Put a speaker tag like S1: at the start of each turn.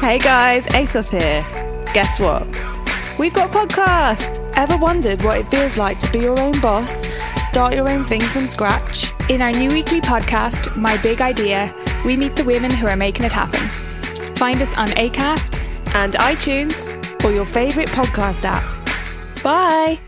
S1: Hey guys, ASOS here. Guess what? We've got a podcast!
S2: Ever wondered what it feels like to be your own boss, start your own thing from scratch?
S3: In our new weekly podcast, My Big Idea, we meet the women who are making it happen. Find us on ACAST
S1: And iTunes.
S2: Or your favourite podcast app?
S1: Bye!